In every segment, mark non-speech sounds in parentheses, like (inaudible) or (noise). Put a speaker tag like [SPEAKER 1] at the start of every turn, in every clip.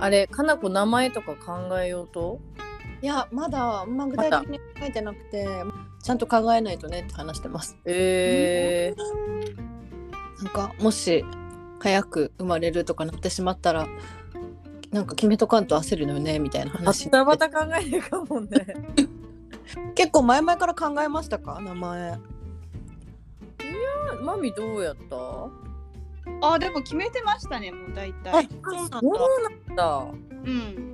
[SPEAKER 1] あれかなこ名前とか考えようと
[SPEAKER 2] いやまだあんま具体的に考えてなくて、ちゃんと考えないとねって話してます。
[SPEAKER 1] えー、
[SPEAKER 2] なんかもし早く生まれるとかなってしまったらなんか決めとかんと焦るのよねみたいな
[SPEAKER 1] ま
[SPEAKER 2] 話
[SPEAKER 1] たまた考えるかもね (laughs)
[SPEAKER 2] 結構前々から考えましたか名前
[SPEAKER 1] マミどうやったそ
[SPEAKER 3] あでも決めてましたねもう大
[SPEAKER 2] あ
[SPEAKER 3] 体。
[SPEAKER 2] そうなんだ
[SPEAKER 1] うなんだ
[SPEAKER 3] うん。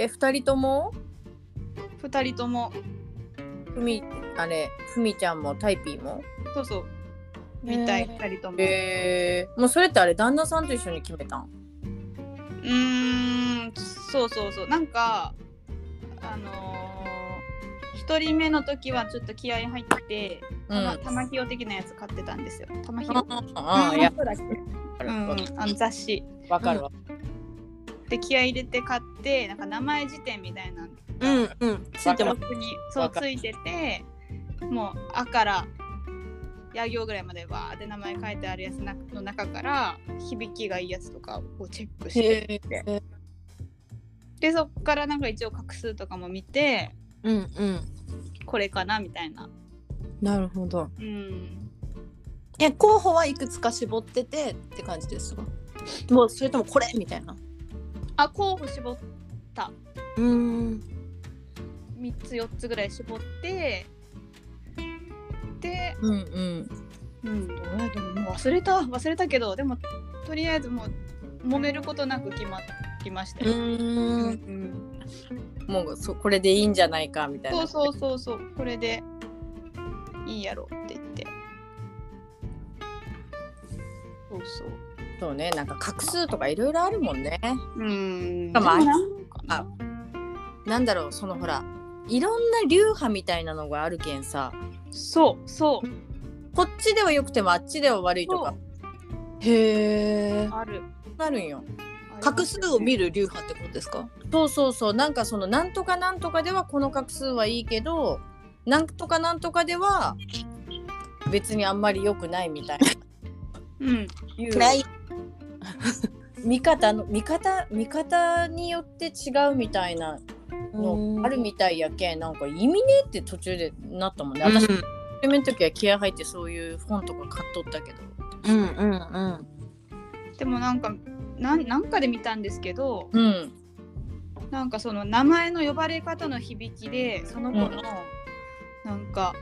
[SPEAKER 1] え二人とも
[SPEAKER 3] 二人とも
[SPEAKER 1] ふみあれふみちゃんもタイピーも
[SPEAKER 3] そうそうみたい
[SPEAKER 2] へー
[SPEAKER 3] 二人とも。
[SPEAKER 1] えー、もうそれってあれ旦那さんと一緒に決めたん
[SPEAKER 3] うーんそうそうそうなんかあのー、1人目の時はちょっと気合い入って、
[SPEAKER 1] う
[SPEAKER 3] たま
[SPEAKER 1] ん
[SPEAKER 3] 玉ひよ的なやつ買ってたんですよ玉ひよ、
[SPEAKER 1] ああいや
[SPEAKER 3] う
[SPEAKER 1] わ
[SPEAKER 3] ん、あの雑誌
[SPEAKER 1] かるわ
[SPEAKER 3] で気合い入れて買ってなんか名前辞典みたいなの
[SPEAKER 2] うんうんついてます
[SPEAKER 3] 特にそう
[SPEAKER 1] わか
[SPEAKER 3] ついててもう「あ」から「や行」ぐらいまでわーって名前書いてあるやつなの中から響きがいいやつとかをチェックして
[SPEAKER 2] へえ
[SPEAKER 3] でそっからなんか一応画数とかも見て
[SPEAKER 2] うんうん
[SPEAKER 3] これかなみたいな
[SPEAKER 2] なるほど
[SPEAKER 3] うん
[SPEAKER 2] え候補はいくつか絞っててって感じですかもうそれともこれみたいな
[SPEAKER 3] あ候補絞っ
[SPEAKER 2] うーん
[SPEAKER 3] 3つ4つぐらい絞ってで、
[SPEAKER 1] うんうん
[SPEAKER 3] うん、どうやってももう忘れた忘れたけどでもとりあえずもう揉めることなく決まりました
[SPEAKER 2] う
[SPEAKER 3] よ、うん
[SPEAKER 2] ーん
[SPEAKER 1] もうそこれでいいんじゃないかみたいな
[SPEAKER 3] そうそうそうそうこれでいいやろって言ってそうそう
[SPEAKER 1] そうねなんか画数とかいろいろあるもんね
[SPEAKER 3] うん
[SPEAKER 1] まあ
[SPEAKER 3] でもなんかな
[SPEAKER 1] あなんだろうそのほらいろんな流派みたいなのがあるけんさ
[SPEAKER 3] そうそう
[SPEAKER 1] こっちでは良くてもあっちでは悪いとか
[SPEAKER 2] へえ
[SPEAKER 3] ある
[SPEAKER 1] なるんよ
[SPEAKER 2] 画数を
[SPEAKER 3] る
[SPEAKER 2] 見る流派ってことですか
[SPEAKER 1] そうそうそうなんかそのなんとかなんとかではこの画数はいいけどなんとかなんとかでは別にあんまり良くないみたいな
[SPEAKER 3] うん
[SPEAKER 1] いう
[SPEAKER 2] ない
[SPEAKER 1] 見方の見方見方によって違うみたいなのあるみたいやけんなんか意味ねえって途中でなったもんね私
[SPEAKER 2] うん
[SPEAKER 1] 夢の時は気合入ってそういう本とか買っとったけど
[SPEAKER 2] うんうんうん
[SPEAKER 3] でもなんかなんなんかで見たんですけど、
[SPEAKER 1] うん
[SPEAKER 3] なんかその名前の呼ばれ方の響きでその子の
[SPEAKER 1] うん
[SPEAKER 3] なんか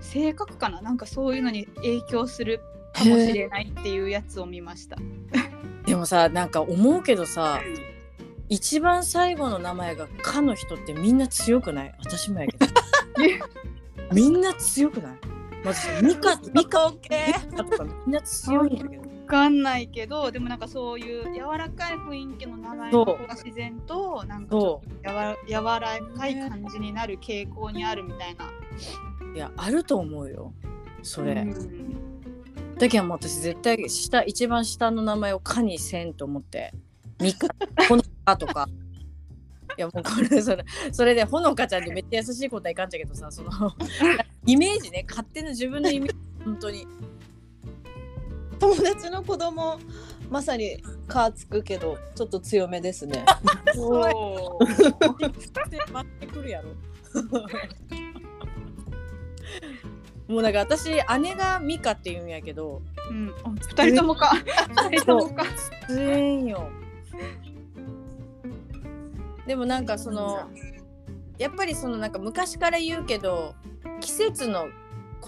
[SPEAKER 3] 性格かななんかそういうのに影響するかもしれないっていうやつを見ました。
[SPEAKER 1] でもさなんか思うけどさ一番最後の名前が「か」の人ってみんな強くない私もやけどみんな強くない私ミカミカオケとかみんな強いんやけど
[SPEAKER 3] わかんないけどでもなんかそういう柔らかい雰囲気の名前の方が自然となんかちょ
[SPEAKER 1] そ
[SPEAKER 3] っとやわ柔らかい感じになる傾向にあるみたいな。
[SPEAKER 1] ういやあると思うよそれ、
[SPEAKER 3] うん
[SPEAKER 1] だけどもう私絶対下一番下の名前を「か」にせんと思って「みか」「ほのか」とか。いやもうこれそれそれでほのかちゃんってめっちゃ優しいことはいかんじゃけどさその (laughs) イメージね勝手な自分のイメージ本当に
[SPEAKER 2] 友達の子供まさに「か」つくけどちょっと強めですね
[SPEAKER 3] そう
[SPEAKER 1] って待ってくるやろ (laughs) もうなんか私姉がミカって言うんやけど
[SPEAKER 3] うんあ二人ともか二人ともか。
[SPEAKER 1] つえんよでもなんかそのやっぱりそのなんか昔から言うけど季節の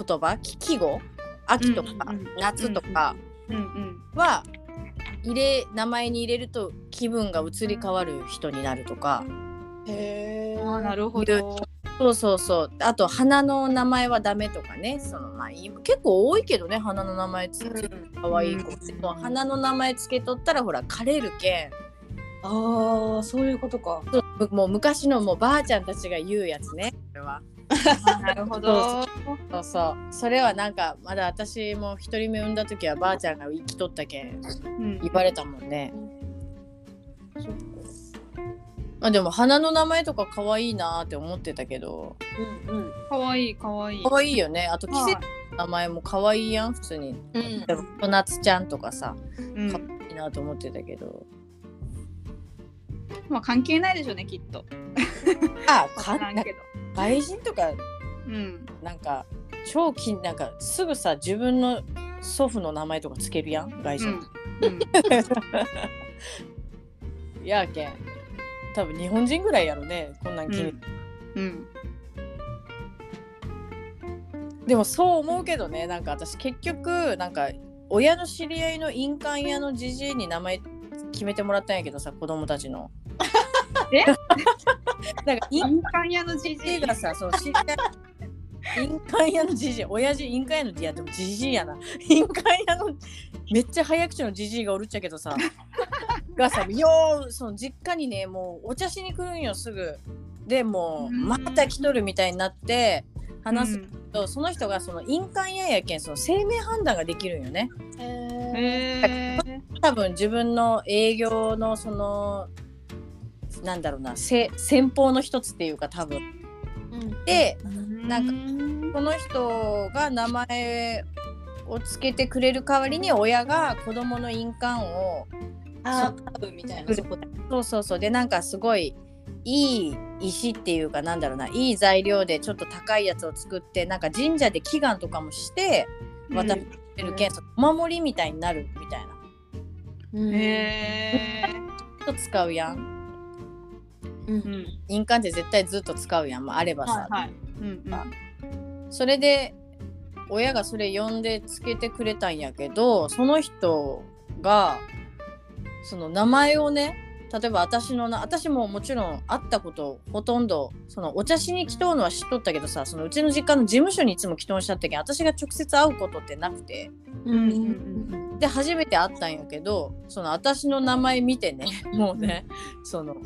[SPEAKER 1] 言葉き季語秋とか
[SPEAKER 3] うんうんうん
[SPEAKER 1] 夏とか
[SPEAKER 3] うんうん
[SPEAKER 1] は入れ名前に入れると気分が移り変わる人になるとか
[SPEAKER 2] へえ
[SPEAKER 3] あーなるほ
[SPEAKER 1] いる
[SPEAKER 3] ど。
[SPEAKER 1] そうそうそうあと花の名前はダメとかねそのまあいい結構多いけどね花の名前つけかわいい子、
[SPEAKER 3] うん
[SPEAKER 1] でも花の名前つけとったらほら枯れるけん
[SPEAKER 2] ああそういうことか
[SPEAKER 1] そうもう昔のもうばあちゃんたちが言うやつねそれは
[SPEAKER 3] あなるほど。
[SPEAKER 1] そうそうそれはなんかまだ私も一人目産んだ時はばあちゃんが生きとったけん
[SPEAKER 3] うん
[SPEAKER 1] 言われたもんねあでも花の名前とか可愛いなーって思ってたけど
[SPEAKER 2] うんうん
[SPEAKER 3] かわいいかわいい。
[SPEAKER 1] 可愛いよねあと季節
[SPEAKER 3] は
[SPEAKER 1] の名前も可愛いやん普通に
[SPEAKER 2] うん
[SPEAKER 1] 小夏ちゃんとかさ
[SPEAKER 3] いうん
[SPEAKER 1] いいなと思ってたけど
[SPEAKER 3] うまあ関係ないでしょうねきっと
[SPEAKER 1] あ
[SPEAKER 3] わ
[SPEAKER 1] か
[SPEAKER 3] か
[SPEAKER 1] な
[SPEAKER 3] ら
[SPEAKER 1] ん
[SPEAKER 3] ん
[SPEAKER 1] か
[SPEAKER 3] けど
[SPEAKER 1] 外人とか
[SPEAKER 3] うん
[SPEAKER 1] なんか超近なんかすぐさ自分の祖父の名前とかつけるやん外
[SPEAKER 3] う
[SPEAKER 1] 人、
[SPEAKER 3] ん、うん、
[SPEAKER 1] い (laughs) やけん多分日本人ぐらいやろねこ (laughs) んなん気に、
[SPEAKER 3] うん
[SPEAKER 1] でもそう思うけどねなんか私結局なんか親の知り合いの印鑑屋のじじいに名前決めてもらったんやけどさ子供たちの
[SPEAKER 3] (laughs) え
[SPEAKER 1] (laughs) なんか印
[SPEAKER 3] 印鑑屋のじじ
[SPEAKER 1] じ
[SPEAKER 3] い
[SPEAKER 1] いがさ、そう、知り合い。印鑑屋のじじい、親父印鑑屋のじいやでもじじいやな。印鑑屋のめっちゃ早口のじじいがおるっちゃけどさ。がさ、よう、その実家にね、もうお茶しに来るんよ、すぐ。でもう、
[SPEAKER 3] うん
[SPEAKER 1] また来とるみたいになって、話
[SPEAKER 3] う
[SPEAKER 1] す
[SPEAKER 3] ん
[SPEAKER 1] と、その人がその印鑑屋やけん、その生命判断ができるんよね。
[SPEAKER 3] へえ
[SPEAKER 1] 多分自分の営業のその、なんだろうな、せ戦法の一つっていうか、多分。で、なんか
[SPEAKER 3] ん
[SPEAKER 1] この人が名前をつけてくれる代わりに親が子供の印鑑を
[SPEAKER 2] あーカーブみたいなそこで
[SPEAKER 1] そうそうそうでなんかすごいいい石っていうかなんだろうないい材料でちょっと高いやつを作ってなんか神社で祈願とかもして渡っ
[SPEAKER 3] へ
[SPEAKER 1] てるけん、お守りみたいになるみたいな
[SPEAKER 3] え
[SPEAKER 1] ちょっと使うやん
[SPEAKER 2] うん
[SPEAKER 3] うん
[SPEAKER 1] 印鑑って絶対ずっと使うやん、まあ、あればさ、
[SPEAKER 3] はいはいうんうん
[SPEAKER 1] それで親がそれ呼んでつけてくれたんやけどその人がその名前をね例えば私のな私ももちろん会ったことほとんどそのお茶しに来とうのは知っとったけどさそのうちの実家の事務所にいつも来とんしゃったけん私が直接会うことってなくて
[SPEAKER 2] うん
[SPEAKER 3] うん
[SPEAKER 1] で初めて会ったんやけどその私の名前見てねもうねその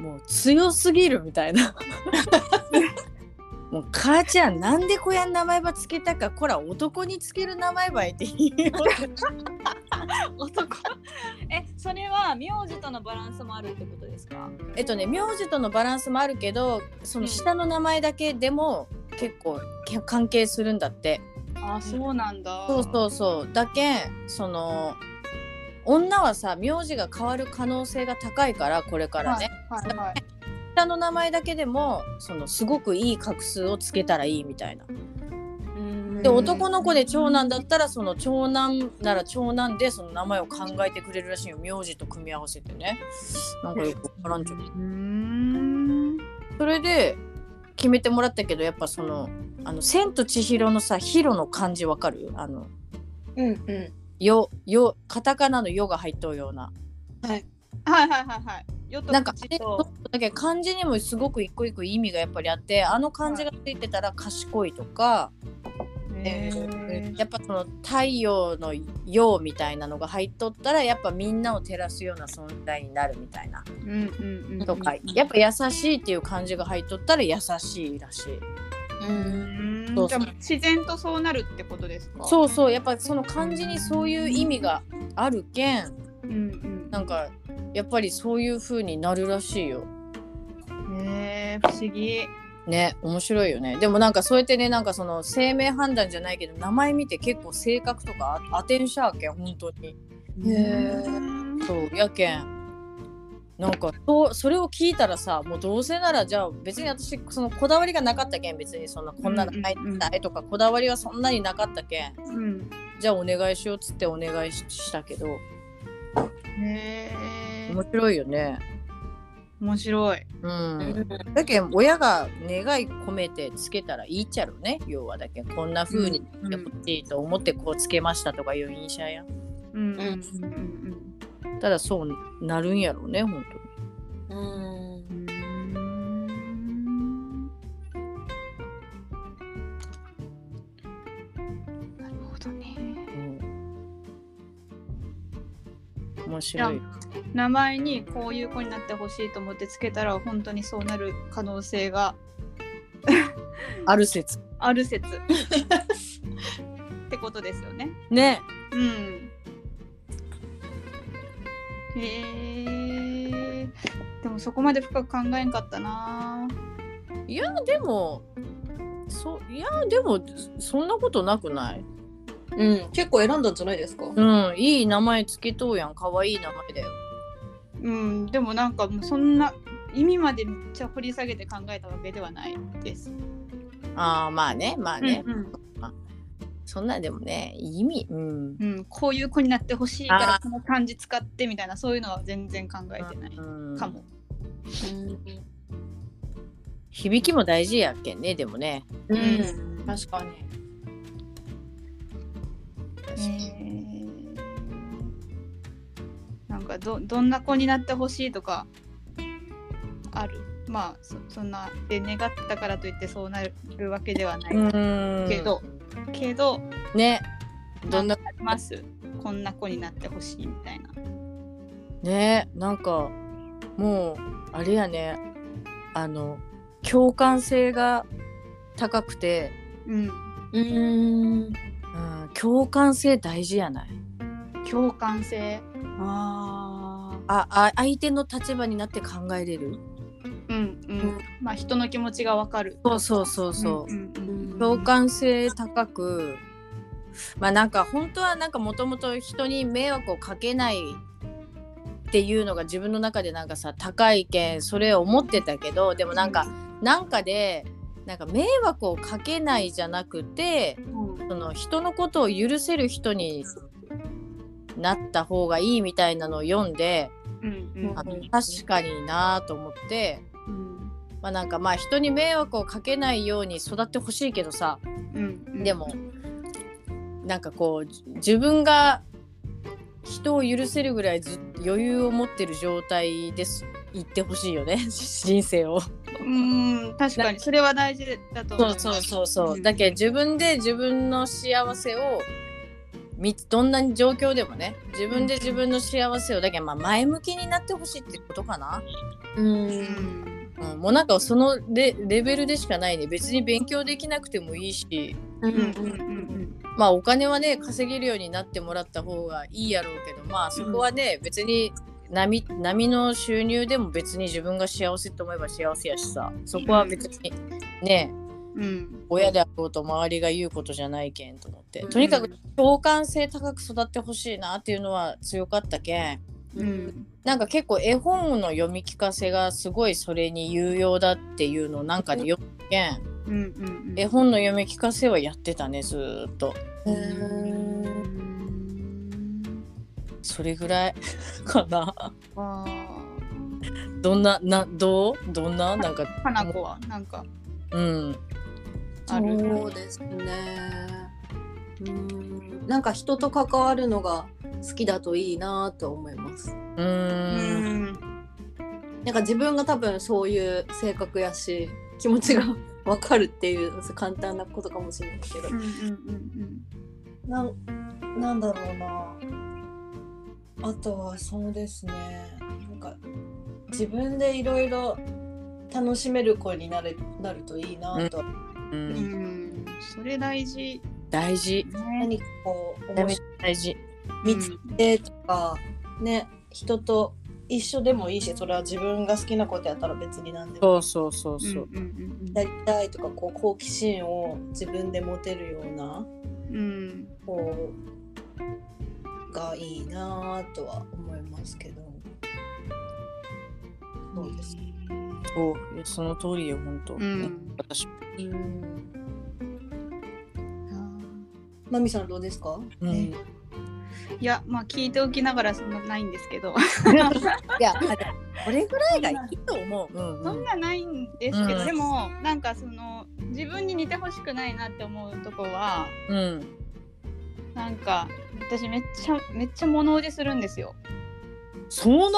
[SPEAKER 1] もう強すぎるみたいなもう母ちゃんなんでこやん名前ばつけたかこら男につける名前ばえって言いよる
[SPEAKER 3] 男えそれは名字とのバランスもあるってことですか
[SPEAKER 1] えっとね名字とのバランスもあるけどその下の名前だけでも結構け関係するんだって
[SPEAKER 3] あそうなんだ
[SPEAKER 1] そう
[SPEAKER 3] う
[SPEAKER 1] そうそうだけんその女はさ名字が変わる可能性が高いからこれからね、
[SPEAKER 3] はいはい
[SPEAKER 1] 下の名前だけでもそのすごくいい画数をつけたらいいみたいな。で
[SPEAKER 3] うん
[SPEAKER 1] 男の子で長男だったらその長男なら長男でその名前を考えてくれるらしいよ名字と組み合わせてね。なんかよくわからんちょ
[SPEAKER 3] うーん
[SPEAKER 1] それで決めてもらったけどやっぱその「あの千と千尋」のさ「ヒロ」の漢字わかるあの
[SPEAKER 2] うんう
[SPEAKER 1] よよカタカナの「よ」が入っとうような。
[SPEAKER 2] んはい
[SPEAKER 3] はいはいはいはいよと
[SPEAKER 1] なんか
[SPEAKER 3] 口
[SPEAKER 1] あれ
[SPEAKER 3] と
[SPEAKER 1] だけど漢字にもすごく一個一個意味がやっぱりあってあの漢字がついてたら賢いとか。
[SPEAKER 3] へー
[SPEAKER 1] やっぱその太陽の陽みたいなのが入っとったらやっぱみんなを照らすような存在になるみたいな
[SPEAKER 3] うんうんうん
[SPEAKER 1] とかやっぱ優しいっていう漢字が入っとったら優しいらしいう
[SPEAKER 3] うんー
[SPEAKER 1] そ
[SPEAKER 3] ん
[SPEAKER 1] うそう
[SPEAKER 3] じゃあもう自然とそうなるってことですか
[SPEAKER 1] そうそうやっぱその漢字にそういう意味があるけん
[SPEAKER 3] うんうん
[SPEAKER 1] なんかやっぱりそういう風になるらしいよ
[SPEAKER 3] へえ不思議
[SPEAKER 1] ね面白いよねでもなんかそうやってねなんかその生命判断じゃないけど名前見て結構性格とかあ当てんしゃーけん本当に
[SPEAKER 2] へえ
[SPEAKER 1] そうやけんなんかそうそれを聞いたらさもうどうせならじゃあ別に私そのこだわりがなかったけん別にそんなこんなの入ったいとかこだわりはそんなになかったけん
[SPEAKER 3] うん
[SPEAKER 1] じゃあお願いしようっつってお願いししたけど
[SPEAKER 3] へえ
[SPEAKER 1] 面白いよね
[SPEAKER 3] 面白い
[SPEAKER 1] うんだけん親が願い込めてつけたらいいっちゃろうね要はだけんこんな風に
[SPEAKER 3] うん
[SPEAKER 1] やってほしいと思ってこうつけましたとかいう印象や
[SPEAKER 3] うんうん
[SPEAKER 2] うん
[SPEAKER 3] うん
[SPEAKER 1] ただそうなるんやろうね本当に
[SPEAKER 2] うん
[SPEAKER 3] うんうんなるほどね
[SPEAKER 1] うん面白い
[SPEAKER 3] いや名前にこういう子になってほしいと思ってつけたら本当にそうなる可能性が
[SPEAKER 1] ある説
[SPEAKER 3] ある説ってことですよね。
[SPEAKER 1] ね
[SPEAKER 3] うん。へえ。でもそこまで深く考えんかったな。
[SPEAKER 1] いやでもそいやでもそんなことなくない
[SPEAKER 2] うん結構選んだんじゃないですか
[SPEAKER 1] うんいい名前つけとうやんかわいい名前だよ
[SPEAKER 3] うん、でもなんかもうそんな意味までめっちゃ掘り下げて考えたわけではないです。
[SPEAKER 1] ああまあねまあね、
[SPEAKER 3] うんうん
[SPEAKER 1] そんなでもね意味うん
[SPEAKER 3] うん、こういう子になってほしいからこの漢字使ってみたいなそういうのは全然考えてない
[SPEAKER 1] うん
[SPEAKER 3] かも。
[SPEAKER 1] 響きも大事やっけんねでもね
[SPEAKER 2] う、
[SPEAKER 3] うん
[SPEAKER 2] 確かに。
[SPEAKER 3] えーなんかどどんな子になってほしいとかあるまあそそんなで願ったからといってそうなるわけではない
[SPEAKER 1] うん
[SPEAKER 3] けど、けど
[SPEAKER 1] ねどんな
[SPEAKER 3] ありますこんな子になってほしいみたいな。
[SPEAKER 1] ねなんかもうあれやねあの共感性が高くて、
[SPEAKER 3] うん、
[SPEAKER 2] うん。
[SPEAKER 1] うん、共感性大事やない
[SPEAKER 3] 共感性あ
[SPEAKER 1] ああ相手の立場になって考えれる
[SPEAKER 3] ーうんうんまあ人の気持ちがわかる
[SPEAKER 1] そうそうそうそう、
[SPEAKER 3] んうんうん
[SPEAKER 1] 共感性高くまあなんか本当はなんかもともと人に迷惑をかけないっていうのが自分の中でなんかさ高いけんそれを思ってたけどでもなんかなんかでなんか迷惑をかけないじゃなくてその人のことを許せる人になった方がいいみたいなのを読んで
[SPEAKER 3] うんうん
[SPEAKER 1] あ
[SPEAKER 2] うん
[SPEAKER 1] 確かになと思って。
[SPEAKER 3] うん
[SPEAKER 1] まあなんかまあ人に迷惑をかけないように育ってほしいけどさ、
[SPEAKER 3] うん
[SPEAKER 1] でもなんかこうじ自分が人を許せるぐらいず余裕を持ってる状態です言ってほしいよね (laughs) 人生を。
[SPEAKER 3] うん確かにそれは大事だと思
[SPEAKER 1] そうそうそうそう、
[SPEAKER 3] ん
[SPEAKER 1] だけど自分で自分の幸せをみどんな状況でもね自分で自分の幸せをだけどまあ前向きになってほしいってことかな。
[SPEAKER 2] うん
[SPEAKER 3] う
[SPEAKER 2] うん
[SPEAKER 3] ん
[SPEAKER 1] うん、もうなんかそのレレベルでしかないね別に勉強できなくてもいいし
[SPEAKER 2] う
[SPEAKER 3] うんう
[SPEAKER 2] ん
[SPEAKER 3] んうん
[SPEAKER 1] まあお金はね稼げるようになってもらった方がいいやろうけどまあそこはね、別に波波の収入でも別に自分が幸せと思えば幸せやしさそこは別にね
[SPEAKER 3] うんうん
[SPEAKER 1] 親であろうと周りが言うことじゃないけんと思って
[SPEAKER 2] うん
[SPEAKER 1] とにかく共感性高く育ってほしいなっていうのは強かったけん
[SPEAKER 3] うん
[SPEAKER 1] なんか結構絵本の読み聞かせがすごいそれに有用だっていうのをなんかで読んだけん
[SPEAKER 3] うんうん
[SPEAKER 1] 絵本の読み聞かせはやってたねずーっと
[SPEAKER 2] う。
[SPEAKER 3] うんん
[SPEAKER 1] それぐらい (laughs) かな。
[SPEAKER 3] あ
[SPEAKER 1] どんな、な、どうどんななんか、
[SPEAKER 3] ー花子はなんか
[SPEAKER 1] うん。
[SPEAKER 3] ある
[SPEAKER 2] そうですね。うん。なんか人と関わるのが好きだといいなと思います。
[SPEAKER 1] う
[SPEAKER 3] う
[SPEAKER 1] ーん。
[SPEAKER 3] ん
[SPEAKER 2] なんか自分が多分そういう性格やし、気持ちがわかるっていう簡単なことかもしれないけど
[SPEAKER 3] うんう。んうん
[SPEAKER 2] なん、なんだろうな。あとはそうですね。なんか自分でいろいろ楽しめる子になれなるといいなと。
[SPEAKER 1] う
[SPEAKER 3] うん
[SPEAKER 1] ん、
[SPEAKER 3] うんそれ大事
[SPEAKER 1] 大事。
[SPEAKER 3] ね
[SPEAKER 2] 何かこう
[SPEAKER 1] め
[SPEAKER 2] 面
[SPEAKER 1] っ
[SPEAKER 2] 白い
[SPEAKER 1] ちゃ大事。
[SPEAKER 2] 見つけとか、ね人と一緒でもいいしそれは自分が好きなことやったら別に何でも
[SPEAKER 1] そうそうそうそう。
[SPEAKER 3] うんうん
[SPEAKER 2] やりたいとかこう好奇心を自分で持てるような
[SPEAKER 3] うんうん
[SPEAKER 2] こうがいいなぁとは思いますけどそうですね。
[SPEAKER 1] そういやその通りよ、本当。
[SPEAKER 3] うん
[SPEAKER 1] 私も (laughs)
[SPEAKER 2] うん
[SPEAKER 3] うん
[SPEAKER 2] マミさんどうですか、
[SPEAKER 1] うん、い
[SPEAKER 3] いやまあ聞いておきながらそんなないんですけど (laughs)
[SPEAKER 1] や、あでもこれぐらいがいいと思う。うん、う
[SPEAKER 3] そん
[SPEAKER 1] ん。
[SPEAKER 3] なないんですけど、
[SPEAKER 1] うん
[SPEAKER 3] でもなんかその自分に似てほしくないなって思うとこは
[SPEAKER 1] うん。
[SPEAKER 3] なんか私めっちゃめっちゃ物おじするんですよ
[SPEAKER 1] そう (laughs) な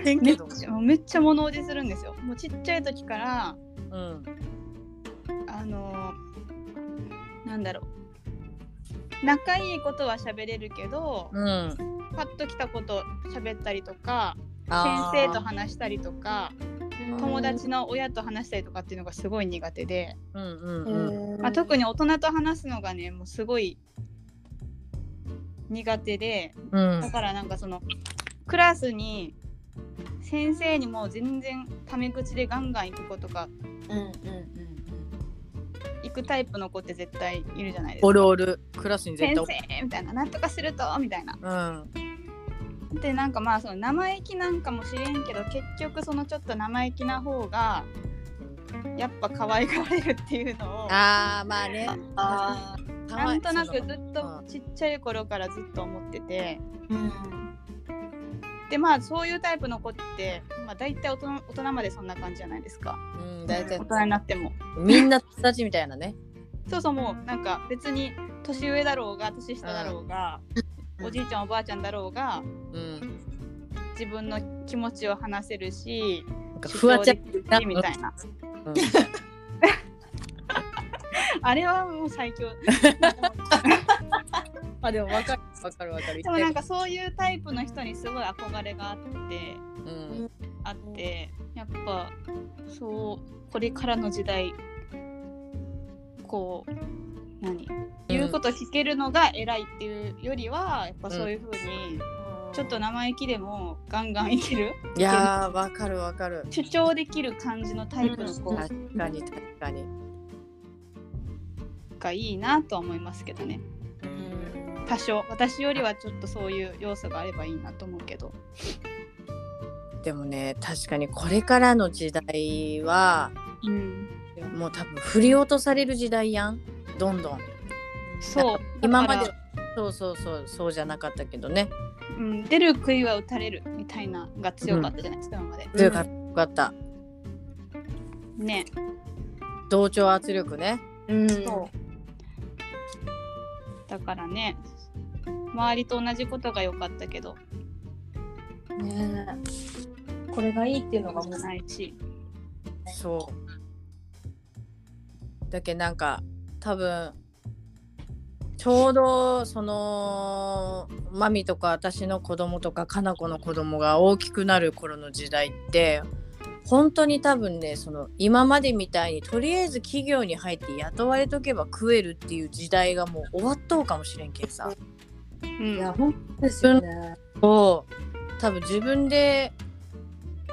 [SPEAKER 1] んてん
[SPEAKER 3] め
[SPEAKER 1] け
[SPEAKER 3] っ
[SPEAKER 1] ど。
[SPEAKER 3] ちゃめっちゃ物おじするんですよもうちっちゃい時から
[SPEAKER 1] うん。
[SPEAKER 3] あのなんだろう仲いいことは喋れるけど、
[SPEAKER 1] うん。
[SPEAKER 3] パッと来たこと喋ったりとか
[SPEAKER 1] あー
[SPEAKER 3] 先生と話したりとか
[SPEAKER 2] うん
[SPEAKER 3] 友達の親と話したりとかっていうのがすごい苦手で、
[SPEAKER 1] うんうんうん。
[SPEAKER 2] うん
[SPEAKER 3] まあ、特に大人と話すのがねもうすごい苦手で
[SPEAKER 1] うん
[SPEAKER 3] だ。からなんかそのクラスに先生にもう全然タメ口でガンガン行く子とか
[SPEAKER 2] うんうんうん
[SPEAKER 3] 行くタイプの子って絶対いるじゃないです
[SPEAKER 1] お
[SPEAKER 3] か。
[SPEAKER 1] るおる。クラスに絶
[SPEAKER 3] 先
[SPEAKER 1] 対おる。
[SPEAKER 3] 生みたいななんとかするとみたいな
[SPEAKER 1] うん。
[SPEAKER 3] でなんかまあその生意気なんかもしれんけど結局そのちょっと生意気な方がやっぱ可愛がられるっていうのを
[SPEAKER 1] ああまあね
[SPEAKER 2] あ
[SPEAKER 3] なんとなくずっ
[SPEAKER 1] う
[SPEAKER 3] と
[SPEAKER 1] ん
[SPEAKER 3] ちっちゃい頃からずっと思ってて
[SPEAKER 2] うん
[SPEAKER 3] でまあそういうタイプの子って、まあ、大体大人大人までそんな感じじゃないですか
[SPEAKER 1] うん大体
[SPEAKER 3] 大人になっても
[SPEAKER 1] みんな友達みたいなね
[SPEAKER 3] そうそうもうなんか別に年上だろうが年下だろうが、
[SPEAKER 2] うん
[SPEAKER 3] おじいちゃんおばあちゃんだろうが
[SPEAKER 1] うん
[SPEAKER 3] 自分の気持ちを話せるし
[SPEAKER 1] なんかフワちゃん
[SPEAKER 3] 主張できるしみたいな
[SPEAKER 1] うん
[SPEAKER 3] (laughs) あれはもう最強
[SPEAKER 1] あでもわかるわかるわかる
[SPEAKER 3] でもなんかそういうタイプの人にすごい憧れがあって
[SPEAKER 1] うん
[SPEAKER 3] あってやっぱそうこれからの時代こう何言うこと聞けるのが偉いっていうよりはやっぱそういうふうにちょっと生意気でもガンガンいける
[SPEAKER 1] いやーわかるわかる
[SPEAKER 3] 主張できる感じのタイプの子
[SPEAKER 1] 確かに確かに
[SPEAKER 3] がいいなとは思いますけどね
[SPEAKER 2] うん
[SPEAKER 3] 多少私よりはちょっとそういう要素があればいいなと思うけど
[SPEAKER 1] でもね確かにこれからの時代は
[SPEAKER 3] うん
[SPEAKER 1] もう多分振り落とされる時代やんどんどん
[SPEAKER 3] そう
[SPEAKER 1] (laughs) 今ま
[SPEAKER 3] だ
[SPEAKER 1] で
[SPEAKER 3] から
[SPEAKER 1] そうそうそうそうじゃなかったけどね
[SPEAKER 3] うん、出る杭は打たれるみたいなのが強かったじゃないですか、今まで
[SPEAKER 1] というかよかった
[SPEAKER 3] ね
[SPEAKER 1] 同調圧力ね
[SPEAKER 2] うん
[SPEAKER 3] だからね周りと同じことが良かったけど
[SPEAKER 2] ねえこれがいいっていうのがもう
[SPEAKER 3] ないし
[SPEAKER 1] そうだけどなんか多分ちょうどそのマミとか私の子供とかかな子の子供が大きくなる頃の時代って本当に多分ねその今までみたいにとりあえず企業に入って雇われとけば食えるっていう時代がもう終わっとうかもしれんけんさ。
[SPEAKER 3] うん
[SPEAKER 2] いや本当ですよね
[SPEAKER 1] を多分自分で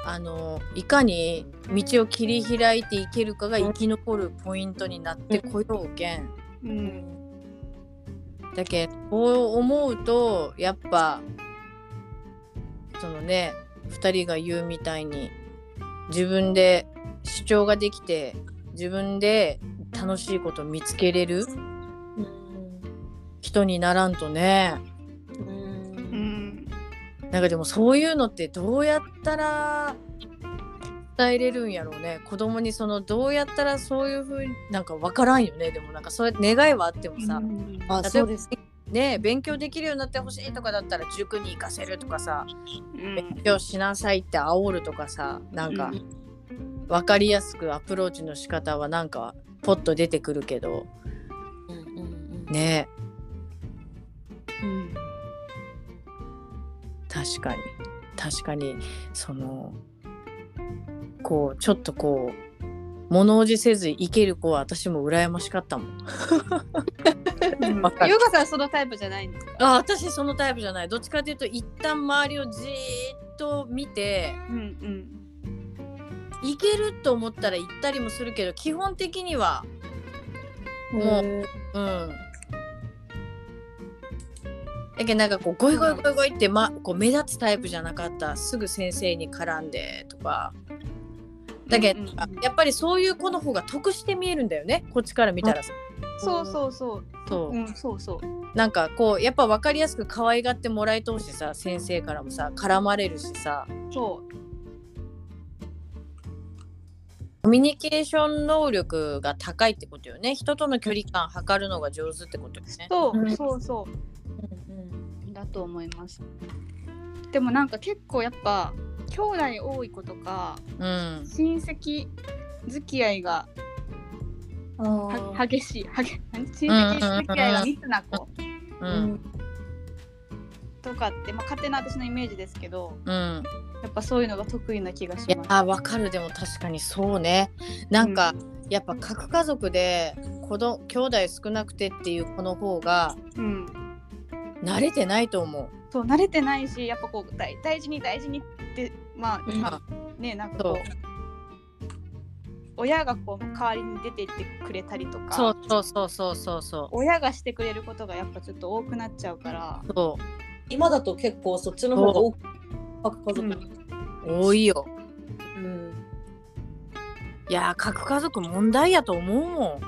[SPEAKER 1] あのいかに道を切り開いていけるかが生き残るポイントになってこようけん。
[SPEAKER 3] うん
[SPEAKER 1] だけそう思うとやっぱそのね2人が言うみたいに自分で主張ができて自分で楽しいこと見つけれる
[SPEAKER 2] うん
[SPEAKER 1] 人にならんとね。
[SPEAKER 2] う
[SPEAKER 3] うんん
[SPEAKER 1] なんかでもそういうのってどうやったら伝えれるんやろうね子供にそのどうやったらそういうふうになんか分からんよねでもなんかそうやって願いはあってもさ、
[SPEAKER 3] うん
[SPEAKER 2] あそうです
[SPEAKER 1] ね勉強できるようになってほしいとかだったら塾に行かせるとかさ勉強しなさいって煽るとかさなんか分かりやすくアプローチの仕方はなんかポッと出てくるけど
[SPEAKER 2] うんうんうん
[SPEAKER 1] ね
[SPEAKER 3] うん
[SPEAKER 1] 確かに確かにそのこうちょっとこう物おじせず生ける子は私も羨ましかったもん
[SPEAKER 3] うん
[SPEAKER 1] わかる
[SPEAKER 3] 優香さんそのタイプじゃないんですか
[SPEAKER 1] あ私そのタイプじゃないどっちかというと一旦周りをじーっと見て
[SPEAKER 3] うん
[SPEAKER 1] いけると思ったら行ったりもするけど基本的にはもう
[SPEAKER 2] へえ
[SPEAKER 1] うんだけどなんかこうゴイゴイゴイゴイって、ま、こう目立つタイプじゃなかったすぐ先生に絡んでとか
[SPEAKER 3] うん
[SPEAKER 1] だけど、
[SPEAKER 3] うんうん
[SPEAKER 1] やっぱりそういう子の方が得して見えるんだよねこっちから見たらさ
[SPEAKER 3] そうそうそう
[SPEAKER 1] そう、
[SPEAKER 3] うんそうそう
[SPEAKER 1] なんかこうやっぱ分かりやすく可愛がってもらえとうしさ先生からもさ絡まれるしさ
[SPEAKER 3] そう
[SPEAKER 1] コミュニケーション能力が高いってことよね人との距離感測るのが上手ってことよね
[SPEAKER 3] そう
[SPEAKER 2] うん
[SPEAKER 3] そうそう
[SPEAKER 2] うん
[SPEAKER 3] だと思いますでもなんか結構やっぱ兄弟多い子とか
[SPEAKER 1] うん
[SPEAKER 3] 親戚付き合いが
[SPEAKER 2] うんあー
[SPEAKER 3] は激 (laughs) しいはげ何親戚付き合いが密な子
[SPEAKER 1] う
[SPEAKER 2] うんん
[SPEAKER 3] とかって、まあ、勝手な私のイメージですけど
[SPEAKER 1] うん
[SPEAKER 3] やっぱそういうのが得意な気がし
[SPEAKER 1] いや
[SPEAKER 3] ます。
[SPEAKER 1] ーわかるでも確かにそうねなんか、やっぱ各家族で子ど兄弟少なくてっていう子の方が
[SPEAKER 3] うん、
[SPEAKER 1] 慣れてないと思う
[SPEAKER 3] そう慣れてないしやっぱこう大大事に大事にってまあ今ねなんかこう親がこう代わりに出て行ってくれたりとか
[SPEAKER 1] そうそうそうそうそうそう
[SPEAKER 3] 親がしてくれることがやっぱちょっと多くなっちゃうから
[SPEAKER 1] そ
[SPEAKER 2] 今だと結構そっちの方が多く各家族に、
[SPEAKER 1] 多いよ
[SPEAKER 2] うん
[SPEAKER 1] いやー核家族問題やと思うも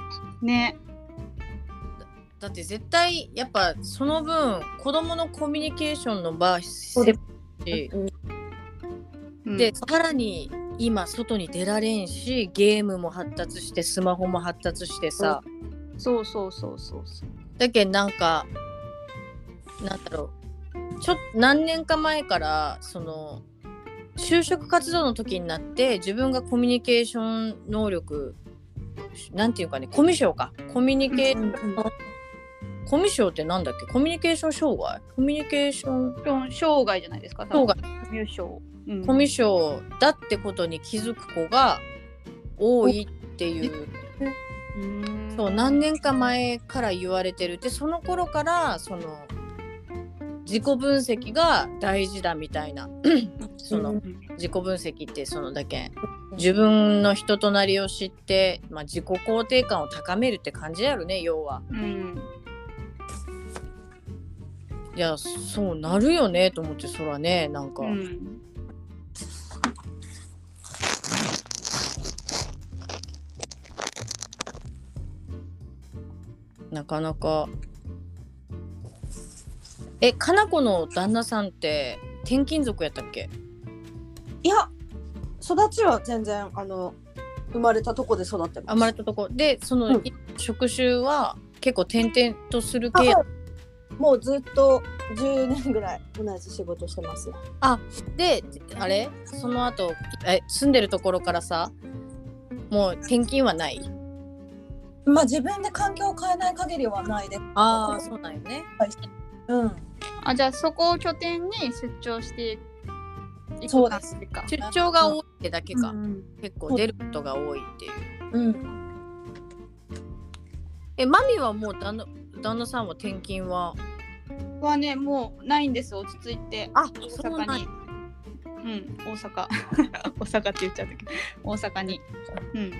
[SPEAKER 1] ん
[SPEAKER 3] ね
[SPEAKER 1] だって絶対やっぱその分子供のコミュニケーションの場
[SPEAKER 2] うです
[SPEAKER 1] で
[SPEAKER 2] うん
[SPEAKER 3] うん
[SPEAKER 1] でさらに今外に出られんしゲームも発達してスマホも発達してさ、
[SPEAKER 3] そうそうそうそうそう
[SPEAKER 1] だけんなんかなんだろうちょっと何年か前からその就職活動の時になって自分がコミュニケーション能力なんていうかねコミュ障かコミュニケー、コミュ障ってなんだっけコミュニケーション障害コミュニケーション
[SPEAKER 3] 障障害じゃないですか
[SPEAKER 1] 障害
[SPEAKER 3] 害入賞、うん
[SPEAKER 1] コミュ障だってことに気づく子が多いっていう
[SPEAKER 3] うん
[SPEAKER 1] そう何年か前から言われてるでその頃からその自己分析が大事だみたいなその自己分析ってそのだけ自分の人となりを知って、まあ、自己肯定感を高めるって感じやろね要は。
[SPEAKER 3] うん
[SPEAKER 1] いやそうなるよねと思ってそらねなんか、
[SPEAKER 3] うん
[SPEAKER 1] なかなか。えかなこの旦那さんって転勤族やったっけ
[SPEAKER 2] いや育ちは全然あの生まれたとこで育ってます
[SPEAKER 1] 生まれたとこでその、
[SPEAKER 2] うん
[SPEAKER 1] 職種は結構転々とする系
[SPEAKER 2] あもうずっと10年ぐらい同じ仕事してます
[SPEAKER 1] であれその後え住んでるところからさもう転勤はない
[SPEAKER 2] まあ自分で環境を変えない限りはないです
[SPEAKER 1] あ
[SPEAKER 2] ー
[SPEAKER 1] そうなんよね
[SPEAKER 2] うん
[SPEAKER 3] あじゃあそこを拠点に出張していく
[SPEAKER 2] そう
[SPEAKER 3] 感
[SPEAKER 2] で
[SPEAKER 3] じか
[SPEAKER 1] 出張が多いってだけか、
[SPEAKER 3] うん
[SPEAKER 1] 結構出ることが多いっていう
[SPEAKER 2] うん
[SPEAKER 1] えマミはもう旦那旦那さんは転勤は
[SPEAKER 3] はねもうないんです落ち着いて
[SPEAKER 1] あ
[SPEAKER 3] 大
[SPEAKER 1] そうな
[SPEAKER 3] 阪
[SPEAKER 1] ん
[SPEAKER 3] に
[SPEAKER 1] や
[SPEAKER 3] うん大阪 (laughs) 大阪って言っちゃったけど大阪にうん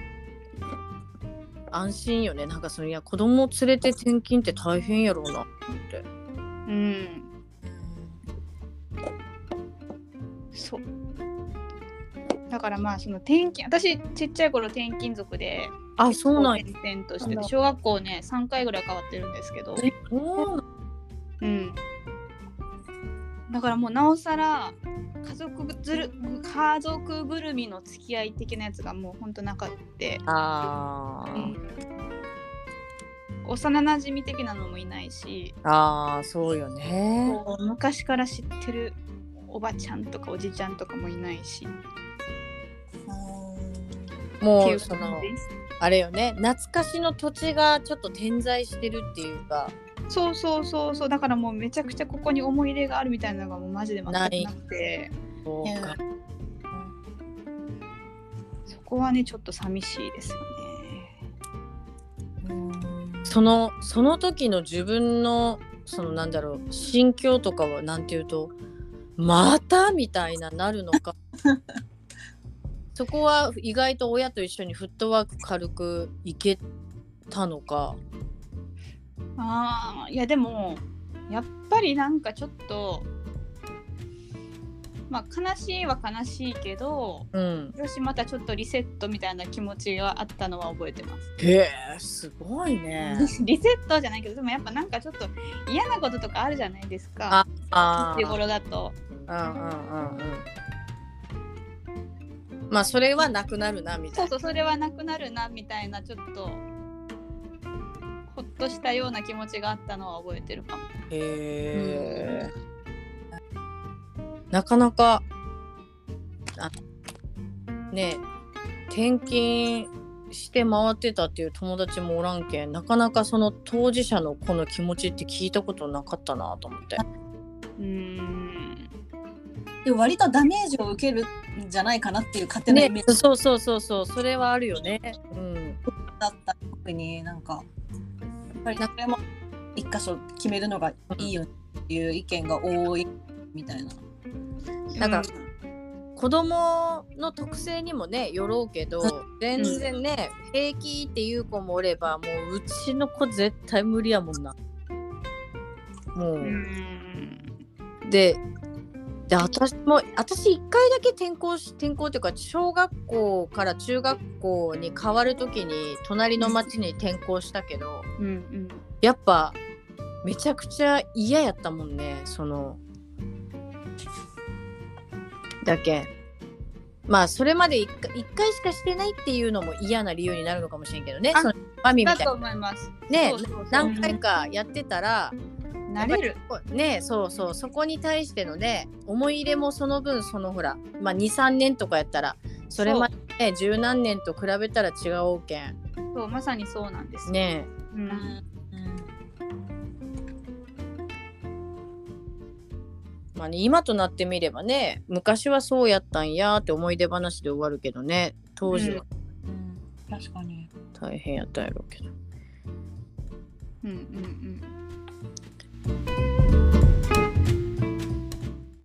[SPEAKER 1] 安心よねなんかそのいや子供連れて転勤って大変やろうなって
[SPEAKER 3] うんそうだからまあその転勤私ちっちゃい頃転勤族で
[SPEAKER 1] あそうなんや
[SPEAKER 3] 転々としてて小学校ね3回ぐらい変わってるんですけど
[SPEAKER 1] そうなん
[SPEAKER 3] うんだからもうなおさら家族ずる家族ぐるみの付き合い的なやつがもうほんとなかって、
[SPEAKER 1] あ
[SPEAKER 3] う
[SPEAKER 1] ー
[SPEAKER 3] ん幼なじみ的なのもいないし、
[SPEAKER 1] あーそうよね
[SPEAKER 3] こう昔から知ってるおばちゃんとかおじちゃんとかもいないしっ
[SPEAKER 1] も
[SPEAKER 3] ていうう
[SPEAKER 1] そ
[SPEAKER 3] 感
[SPEAKER 1] の
[SPEAKER 3] じです
[SPEAKER 1] あれよね懐かしの土地がちょっと点在してるっていうか
[SPEAKER 3] そうそうそうそうだからもうめちゃくちゃここに思い入れがあるみたいなのがもうマジで全くなくて
[SPEAKER 1] そうか
[SPEAKER 3] そこはねちょっと寂しいですよね。
[SPEAKER 1] そのその時の自分のそのなんだろう心境とかはなんていうとまたみたいななるの
[SPEAKER 3] (laughs)
[SPEAKER 1] かそこは意外と親と一緒にフットワーク軽くいけたのか
[SPEAKER 3] あーいやでもやっぱりなんかちょっとまあ悲しいは悲しいけど
[SPEAKER 1] うん
[SPEAKER 3] よしまたちょっとリセットみたいな気持ちがあったのは覚えてます。
[SPEAKER 1] へえすごいね
[SPEAKER 3] (laughs) リセットじゃないけどでもやっぱなんかちょっと嫌なこととかあるじゃないですか
[SPEAKER 1] あ
[SPEAKER 3] 日頃だと。
[SPEAKER 1] あうんうんうんうんまあそれはなくなるなみた
[SPEAKER 3] そ
[SPEAKER 1] い
[SPEAKER 3] う
[SPEAKER 1] な
[SPEAKER 3] そうそれはなくなるなみたいなちょっとほっとしたような気持ちがあったのは覚えてるかも。
[SPEAKER 1] へえ、なかなかあねえ転勤して回ってたっていう友達もおらんけんなかなかその当事者の子の気持ちって聞いたことなかったなと思って
[SPEAKER 3] うーん
[SPEAKER 2] で割とダメージを受けるんじゃないかなっていう勝手なイメ
[SPEAKER 1] ね
[SPEAKER 2] ージ
[SPEAKER 1] そうそうそうそうそれはあるよねうん
[SPEAKER 2] だった特になんかやっぱり何回も一箇所決めるのがいいよっていう意見が多いみたいな。
[SPEAKER 1] なんか子供の特性にもねよろうけど全然ね、平気っていう子もおればもううちの子絶対無理やもんなもう、
[SPEAKER 3] うん
[SPEAKER 1] でで私も私1回だけ転校し転校というか小学校から中学校に変わる時に隣の町に転校したけど
[SPEAKER 3] うんうん
[SPEAKER 1] やっぱめちゃくちゃ嫌やったもんねそのだけんまあそれまで 1, 回一回しかしてないっていうのも嫌な理由になるのかもしれんけどね
[SPEAKER 3] あ
[SPEAKER 1] そのマミみ
[SPEAKER 3] だ
[SPEAKER 1] たい
[SPEAKER 3] と
[SPEAKER 1] な
[SPEAKER 3] 思います。
[SPEAKER 1] ね
[SPEAKER 3] そうそうそう
[SPEAKER 1] 何回かやってたら
[SPEAKER 3] 慣れる。
[SPEAKER 1] ねそうそうそこに対してのね思い入れもその分そのほら、まあ、23年とかやったらそれまでね十何年と比べたら違うけん
[SPEAKER 3] そうまさにそうなんです。
[SPEAKER 1] ね
[SPEAKER 3] うん、
[SPEAKER 1] まあね、今となってみればね昔はそうやったんやって思い出話で終わるけどね当時は
[SPEAKER 2] 確かに。
[SPEAKER 1] 大変やったんやろうけど、
[SPEAKER 3] うんうんうん。